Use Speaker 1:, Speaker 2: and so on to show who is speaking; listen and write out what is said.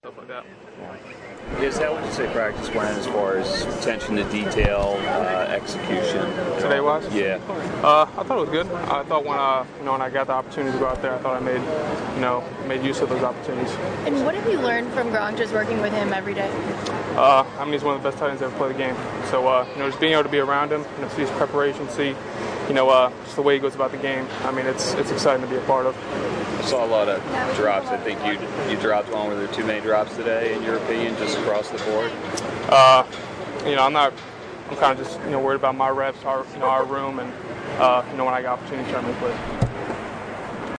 Speaker 1: stuff like that.
Speaker 2: Is that what you say practice went as far as attention to detail, uh, execution?
Speaker 1: Today was?
Speaker 2: Yeah.
Speaker 1: Uh, I thought it was good. I thought when I, you know, when I got the opportunity to go out there, I thought I made, you know, made use of those opportunities.
Speaker 3: And what have you learned from Gronk just working with him every day?
Speaker 1: Uh, I mean, he's one of the best tight ends to ever play the game. So, uh, you know, just being able to be around him, you know, see his preparation, see, you know, uh, just the way he goes about the game. I mean, it's it's exciting to be a part of.
Speaker 2: I saw a lot of drops. I think you you dropped one. Were there too many drops today, in your opinion, just across the board?
Speaker 1: Uh, you know, I'm not. I'm kind of just you know worried about my reps, our you know our room, and uh, you know when I got opportunities to make plays.